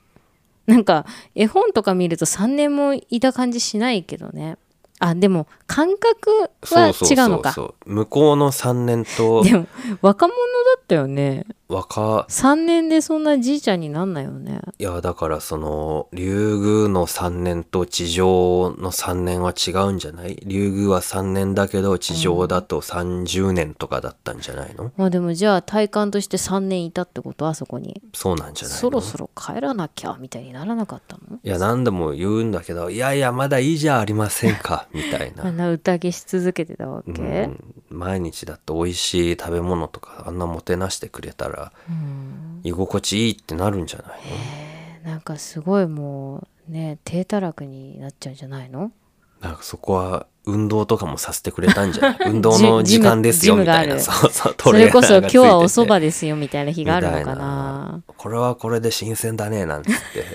なんか絵本とか見ると3年もいた感じしないけどねあでも感覚は
そうそう
違う
そ
の
う
か
そう向こうの3年と
でも若者だったよね
若
3年でそんなじいちゃんになんないよね
いやだからその竜宮の3年と地上の3年は違うんじゃない竜宮は3年だけど地上だと30年とかだったんじゃないの、
まあでもじゃあ体感として3年いたってことはそこに
そうなんじゃないの
そろそろ帰らなきゃみたいにならなかったの
いや何度も言うんだけど「いやいやまだいいじゃありませんか」みたい
あん
な、
な宴し続けてたわけ、
うん、毎日だって美味しい食べ物とかあんなもてなしてくれたら居心地いいってなるんじゃない
なんかすごいもうね低たらくになっちゃうんじゃないの
のなんかそこは運動とかもさせてくれたんじ ゃない運動の時間ですよ
ジム
みたいな
ジムが
そうそう
そ
トレーナ
れ
ーが
こ
ついて
そ今
て
日はお蕎麦ですよみたいな日がある
み
の
た
か
い
な
これはこれで新鮮だねなんつって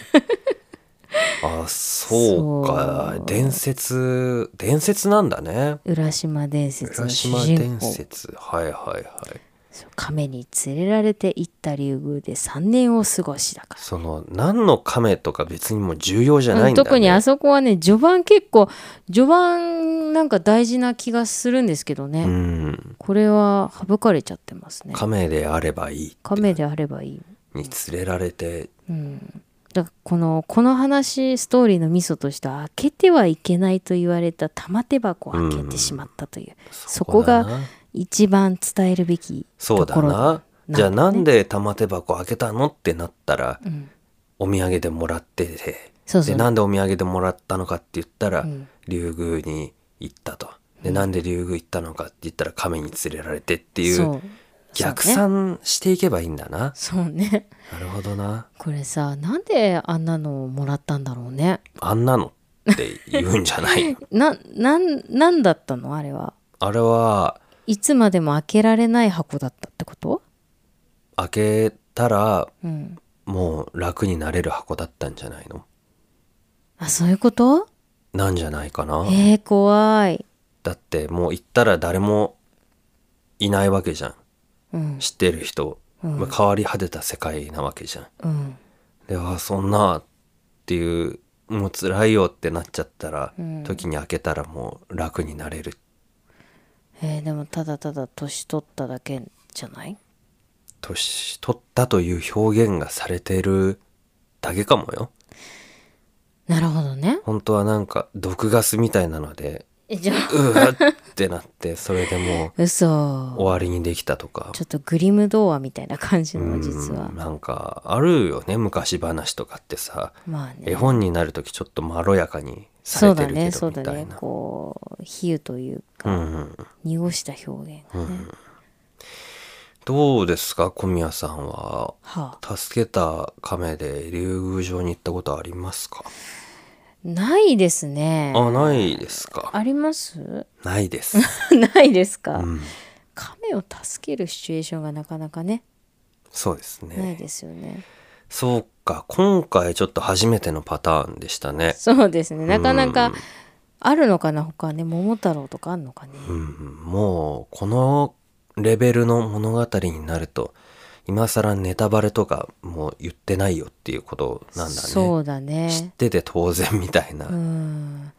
あそうか
そう
伝説伝説なんだね
浦島伝説の
浦
主
島
人
伝
公
説はいはいはい
そう亀に連れられて行った竜宮で3年を過ごしだから
その何の亀とか別にもう重要じゃないんだ、ね
うん特にあそこはね序盤結構序盤なんか大事な気がするんですけどね、
うん
これは省かれちゃってますね
亀であればいい
亀であればいい、
に連れられて
うん、だからこのこの話ストーリーのミソとしては開けてはいけないと言われた玉手箱を開けてしまったという、そこ
だ
が
な
一番伝えるべき
そう
と
だ
ころ
なじゃあ
な
な
んだね
んで玉手箱開けたのってなったら、
ん
お土産でもらってて
そうそ
で
う
なんでお土産でもらったのかって言ったら、
ん
竜宮に行ったとでなんで竜宮行ったのかって言ったら亀に連れられてっていう
そう
逆算していけばいいんだな。
そうね
なるほどな。
これさなんであんなのをもらったんだろうね
あんなのって言うんじゃない よ
ななんなんだったのあれは
あれは、
いつまでも開けられない箱だったってこと
開けたら、
うん
もう楽になれる箱だったんじゃないの
あそういうこと
なんじゃないかな。
えー、怖い
だってもう行ったら誰もいないわけじゃん。
うん
知ってる人。まあ変わり果てた世界なわけじゃん。
うん
ではそんなっていうもう辛いよってなっちゃったら、時に開けたらもう楽になれる
えー、でもただただ年取っただけじゃない
年取ったという表現がされてるだけかもよ
なるほどね
本当はなんか毒ガスみたいなので
えじゃあ
うわってなってそれでもう終
嘘
わりにできたとか
ちょっとグリム童話みたいな感じ
う
の
ん
実は
なんかあるよね昔話とかってさ
まあ
絵
ね
本になる時ちょっとまろやかにさ
そ
れ
う
て
だ
るけ
ね
ど
そう
み
だ
たい
ね
な
こう比喩という
う
か
んうんうん
濁した表現がね、
どうですか小宮さんは
はあ
助けた亀で竜宮城に行ったことありますか
ないですね
あないですか
あります
ないです
ないですか、
うん
亀を助けるシチュエーションがなかなかね
そうです
ない
ね
ですよね
そうか今回ちょっと初めてのパターンでしたね
そうですねなかなかあるのかな他ね桃太郎とかあんのかね、
うんもうこのレベルの物語になると今更ネタバレとかもう言ってないよっていうことなんだね
そうだ
知っ
ね
てて当然みたいうなん
なん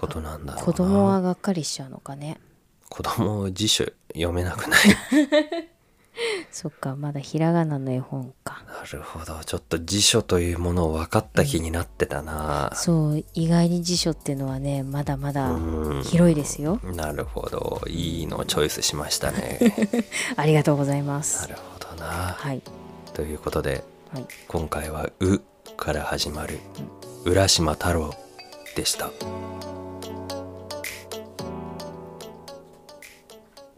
こ
か
となんだろうな
子供はがっかりしちゃうのかね
子供を辞書読めなくない
そっかまだひらがなの絵本か
なるほどちょっと辞書というものを分かった気になってたな、
そう意外に辞書っていうのはねまだまだ
うん
広いですよ
なるほどいいのをチョイスしましたね
ありがとうございま
な
す
るほどな
はい
ということで
はい
今回は「う」から始まる浦島太郎でした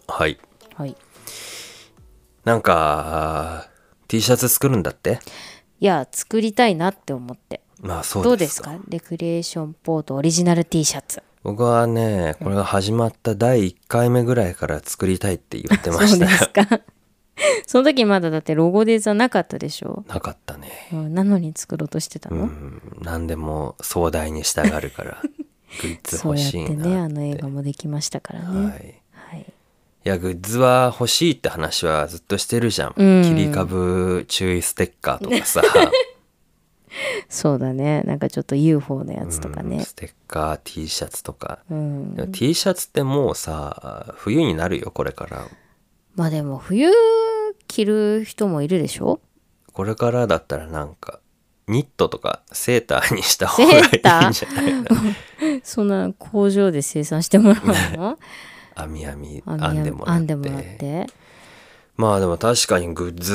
はい
はい
なんか T シャツ作るんだって
いや作りたいなって思って
まあそう
どうで
です
すかレクリエーションポートオリジナル T シャツ
僕はねこれが始まった第1回目ぐらいから作りたいって言ってま
そ
し
う
た
で
よ
すか その時まだだってロゴデザなかったでしょ、
なかったね
うん、なのに作ろうとしてたの、
うん何でも壮大に従るから グッズ
そう
欲
やっ
していな
ねあの映画もできましたからね
は
は
い
い、
いやグッズは欲しいって話はずっとしてるじゃん、
うん
切り株注意ステッカーとか さ、
そうだねなんかちょっと UFO のやつとか
うん
ね
ステッカー T シャツとか、
うん、
でも T シャツってもうさ冬になるよこれから
まあでも冬着る人もいるでしょ
これからだったらなんかニットとかセーターにした方がいい
セーター
んじゃ ない
そんな工場で生産してもらう の
編み編み
あの
編んでもら
編
っ
ん
て
でもらって
まあでも確かにグッズ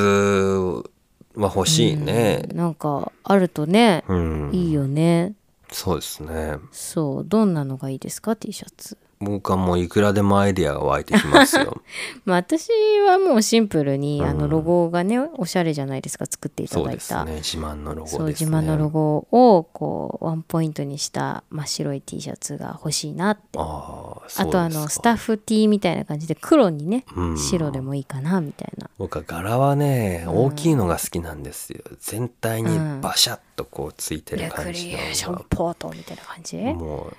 は欲しいね
なんかあるとね、
うん、
いいよね
そうですね
そうどんなのがいいですか T シャツ
僕はもういくらでもアイディアが湧いてきます よ
まあ私はもうシンプルに、あのロゴがねおしゃれじゃないですか作っていた
そう
だい
です
た
ね自慢のロ
そ
ゴ
う
です
自
ね
慢のロゴをこうワンポイントにした真っ白い T シャツが欲しいなって
ああそ
あ
うです
とあのスタッフ T みたいな感じで黒にね、
うん
白でもいいかなみたいな
僕は柄はね大きいのが好きなんですよ全体に
うん
バシャッとこうついてる
レク
感じ
リエーシ
の
ョンポートみたいな感じ
がもう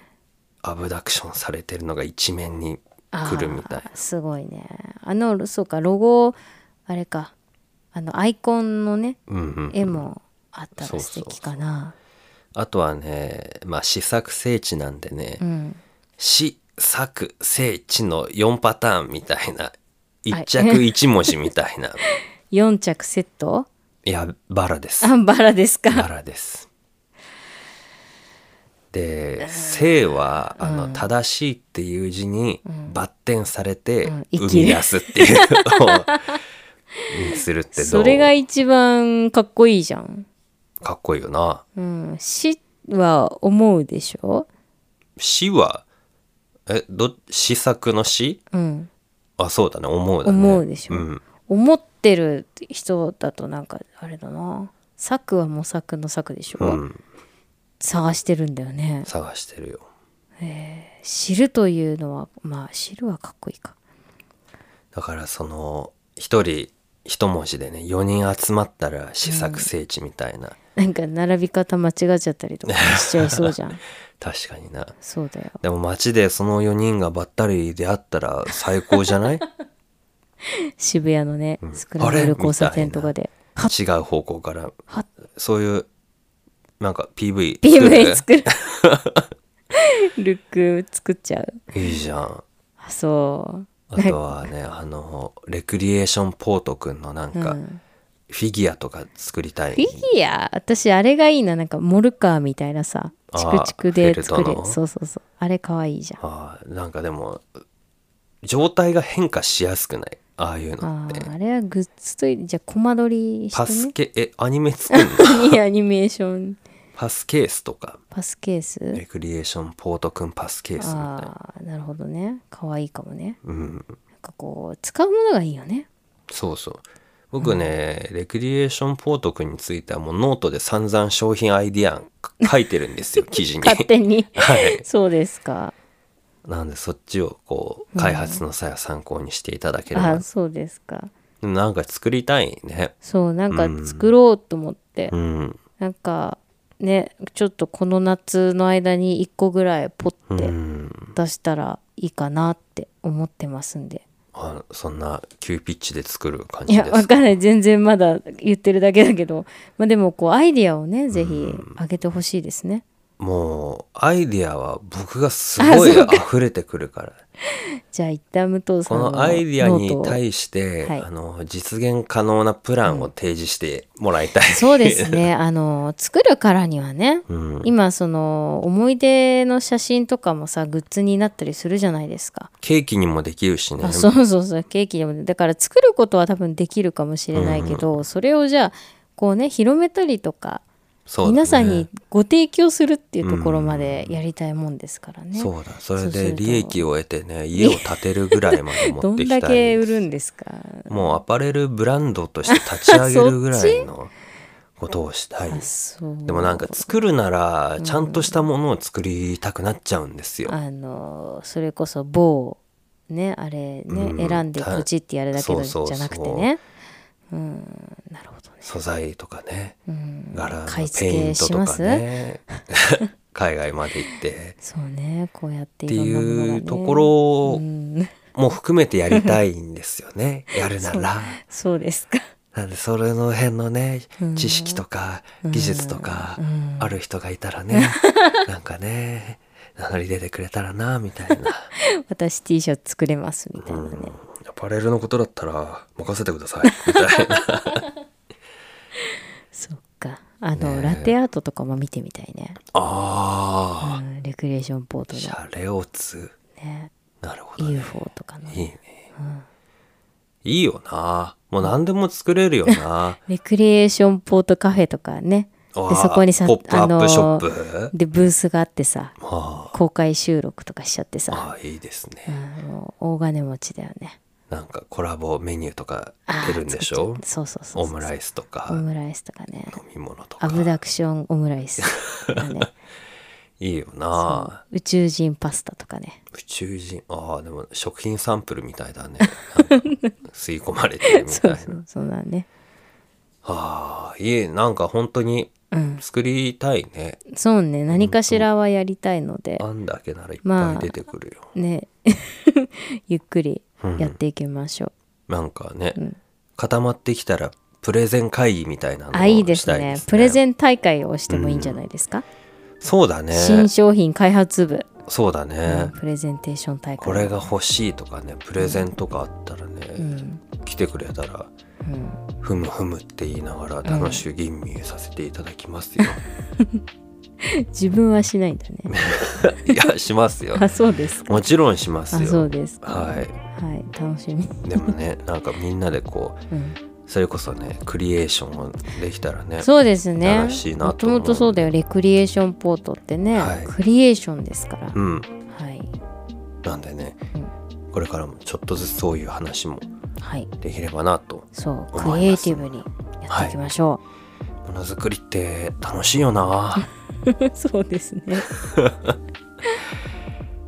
アブダクションされてるのが一面に来るみたい
あーすごいねあのそうかロゴあれかあのアイコンのね
うんうん
絵もあった
そう
ら
そ
素
う
敵かな
あとはねまあ試作聖地なんでね、
うん
し、作、聖地の4パターンみたいな。一着
はい
1文字みたいな。
4着セット
いや、バラです。
あバラです
バ
か
ラです。で、聖は、あの、正しいっていう字に、抜点されて
うん、生
生
きる
み出すって いうのをにするってどう
それが一番かっこいいじゃん
かっこいいよな。
うん死は思うでしょ
死は、え、ど、試作の死
うん
あ、そうだね、思うだね。
思うでしょ
うん。
思ってる人だとなんかあれだな策は模索の策でしょ、
うん、
探してるんだよね
探してるよ
知るというのはまあ知るはかっこいいか
だからその一人一文字でね4人集まったら試作聖地みたいな、
なんか並び方間違っちゃったりとかしちゃいそうじゃ ん
確かにな
そうだよ
でも街でその4人がばったり出会ったら最高じゃない
渋谷のね
ん
スクランブル交差点とかではっ
違う方向から
はっ
そういうなんか PV 作る
PV 作るルック作っちゃう
いいじゃん
あそう
あとはねあのレクリエーションポートくんのなんか、
うん
フィギュアとか作りたい
フィギュア私あれがいいななんかモルカーみたいなさ
あ
チ
ー
クチクで作
フェ
れ
ルトの
そうそうそうあれかわいいじゃん
あーなんかでも状態が変化しやすくないああいうの
あ
って
ーあれはグッズというじゃあコマ撮り
パ
して
ス
ね
ケえアニメ作るの
いいアニメーション
パスケースとか
パスケース
レクリエーションポートくんパスケースみたいな
ああなるほどねかわいいかもね
うん
なんかこう使うものがいいよね
そうそう僕ね、レクリエーションポートくんについてはもうノートで散々商品アイディアン書いてるん ですよ記事に
勝手に
はい
そうですか
なんでそっちをこう開発の際は参考にしていただければ、
あそうですか
でもなんか作りたいね
そうなんか作ろうと思って、
うん
なんかねちょっとこの夏の間に1個ぐらいポ
う
ッて
ん
出したらいいかなって思ってますんで
あそんな急ピッチで作る感
い
じ
や
です
わかんない全然まだ言ってるだけだけど、まあ、でもこうアイディアをねぜひ上げてほしいですね
もうアイディアは僕がす
あ
ごい
そうか
溢れてくる から
じゃあ一旦武藤さ
こ
ん
のアイディアに
ノートを
対して、
はい
あの実現可能なプランを提示してもらいたい、
そうですねあの作るからにはね、
うん
今その思い出の写真とかもさグッズになったりするじゃないですか
ケーキにもできるしね
あそうそうそうケーキでもだから作ることは多分できるかもしれないけど、それをじゃあこうね広めたりとか、
そうだね
皆さんにご提供するっていうところまでやりたいもんですからね、
そうだそれ
そうす
で
ると
利益を得てね家を建てるぐらいまで 持
ど
っ
ん
てきた
だ
い
け売るんですか
もうアパレルブランドとして立ち上げるぐらいのことをしたい
あそう
でもなんか作るならちゃんとしたものを作りたくなっちゃうんですよ、
あのそれこそ某ねあれね、
うん
選んでポチってやるだけだ
そうそう
じ
そう
ゃなくてねうんなるほどね
素材とかね、
うん
柄の
買い付
ペイン
け
ト
し
と
ま
か
す、
ね 海外まで行 って
そうねこうやって
っ
い
て
ろんなものが、ね、
いうところ
う
を
ん
も含めてやりたいんですよねやるなら。
そうですか
なんでそれの辺のね知識とか技術とかある人がいたら ね、なんかね名乗り出てくれたらなみたい な、
私 T シャツ作れますみたいなね、
アパレルのことだったら任せてください みたいな
そっかあの、ラテアートとかも見てみたいね、
あー
うんレクリエーションポー ト
シ
の
ャレオツ
ね
なるほど、ね、
UFO とかの
いいね、いいよなもう何でも作れるよ な
レクリエーションポートカフェとかね
わ
で
あ
そこにさ
ポップアップショップ、
でブースがあってさ
あ
公開収録とかしちゃってさ、
あーいいですね、
うんもう大金持ちだよね
なんかコラボメニューとか
あー
出るんでしょ
そうそうそう
オ
そう
ムライスとか、
オムライスとかね
飲み物とか
アブダクションオムライスと かね
いいよな
宇宙人パスタとかね
宇宙人ああでも食品サンプルみたい だねなんか吸い込まれてるみた
そ
いうな
そうそうだね
ああいえなんか本当に
うん
作りたいね、
そうね何かしらはやりたいので
あんだけならいっぱ
ま
い
あ
出てくるよ、
ね ゆっくりやっていきましょう、
なんかね、固まってきたらプレゼン会議みたいなのをした
あ
い
いい
で
ですす
ね
ねプレゼン大会をしてもいいんじゃないですか、
そうだね
新商品開発部、
そうだね、
プレゼンテーション大会
これが欲しいとかねプレゼンとかあったらね、来てくれたら、ふむふむって言いながら楽しく吟味させていただきますよ、
自分はしないんだね
いやしますよ
あそうですか
もちろんします
あそう
よ
ですか
は
はい楽しみ、
いでもねなんかみんなでこう
うん、
それこそねクリエーションをできたらね
そうですね
楽しいな
も
と
と
思う
もとそうだよレクリエーションポートってね、
はい
クリエーションですから、
うん
はい
なんでねこれからもちょっとずつそういう話も
はい
できればなと
そう
思います
クリエイティブにやっていきましょ
ものづくりって楽しいよな
う、そうですね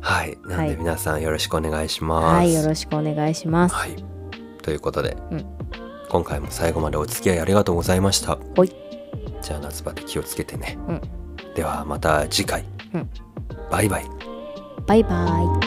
はいなん
は
で
い
皆さんよろしくお願いします
はいよろしくお願いします
はいということで、
うん
今回も最後までお付き合いありがとうございました
ほい
じゃあ夏バテ気をつけてね、
うん
ではまた次回、
うん
バイバイ
バイバイ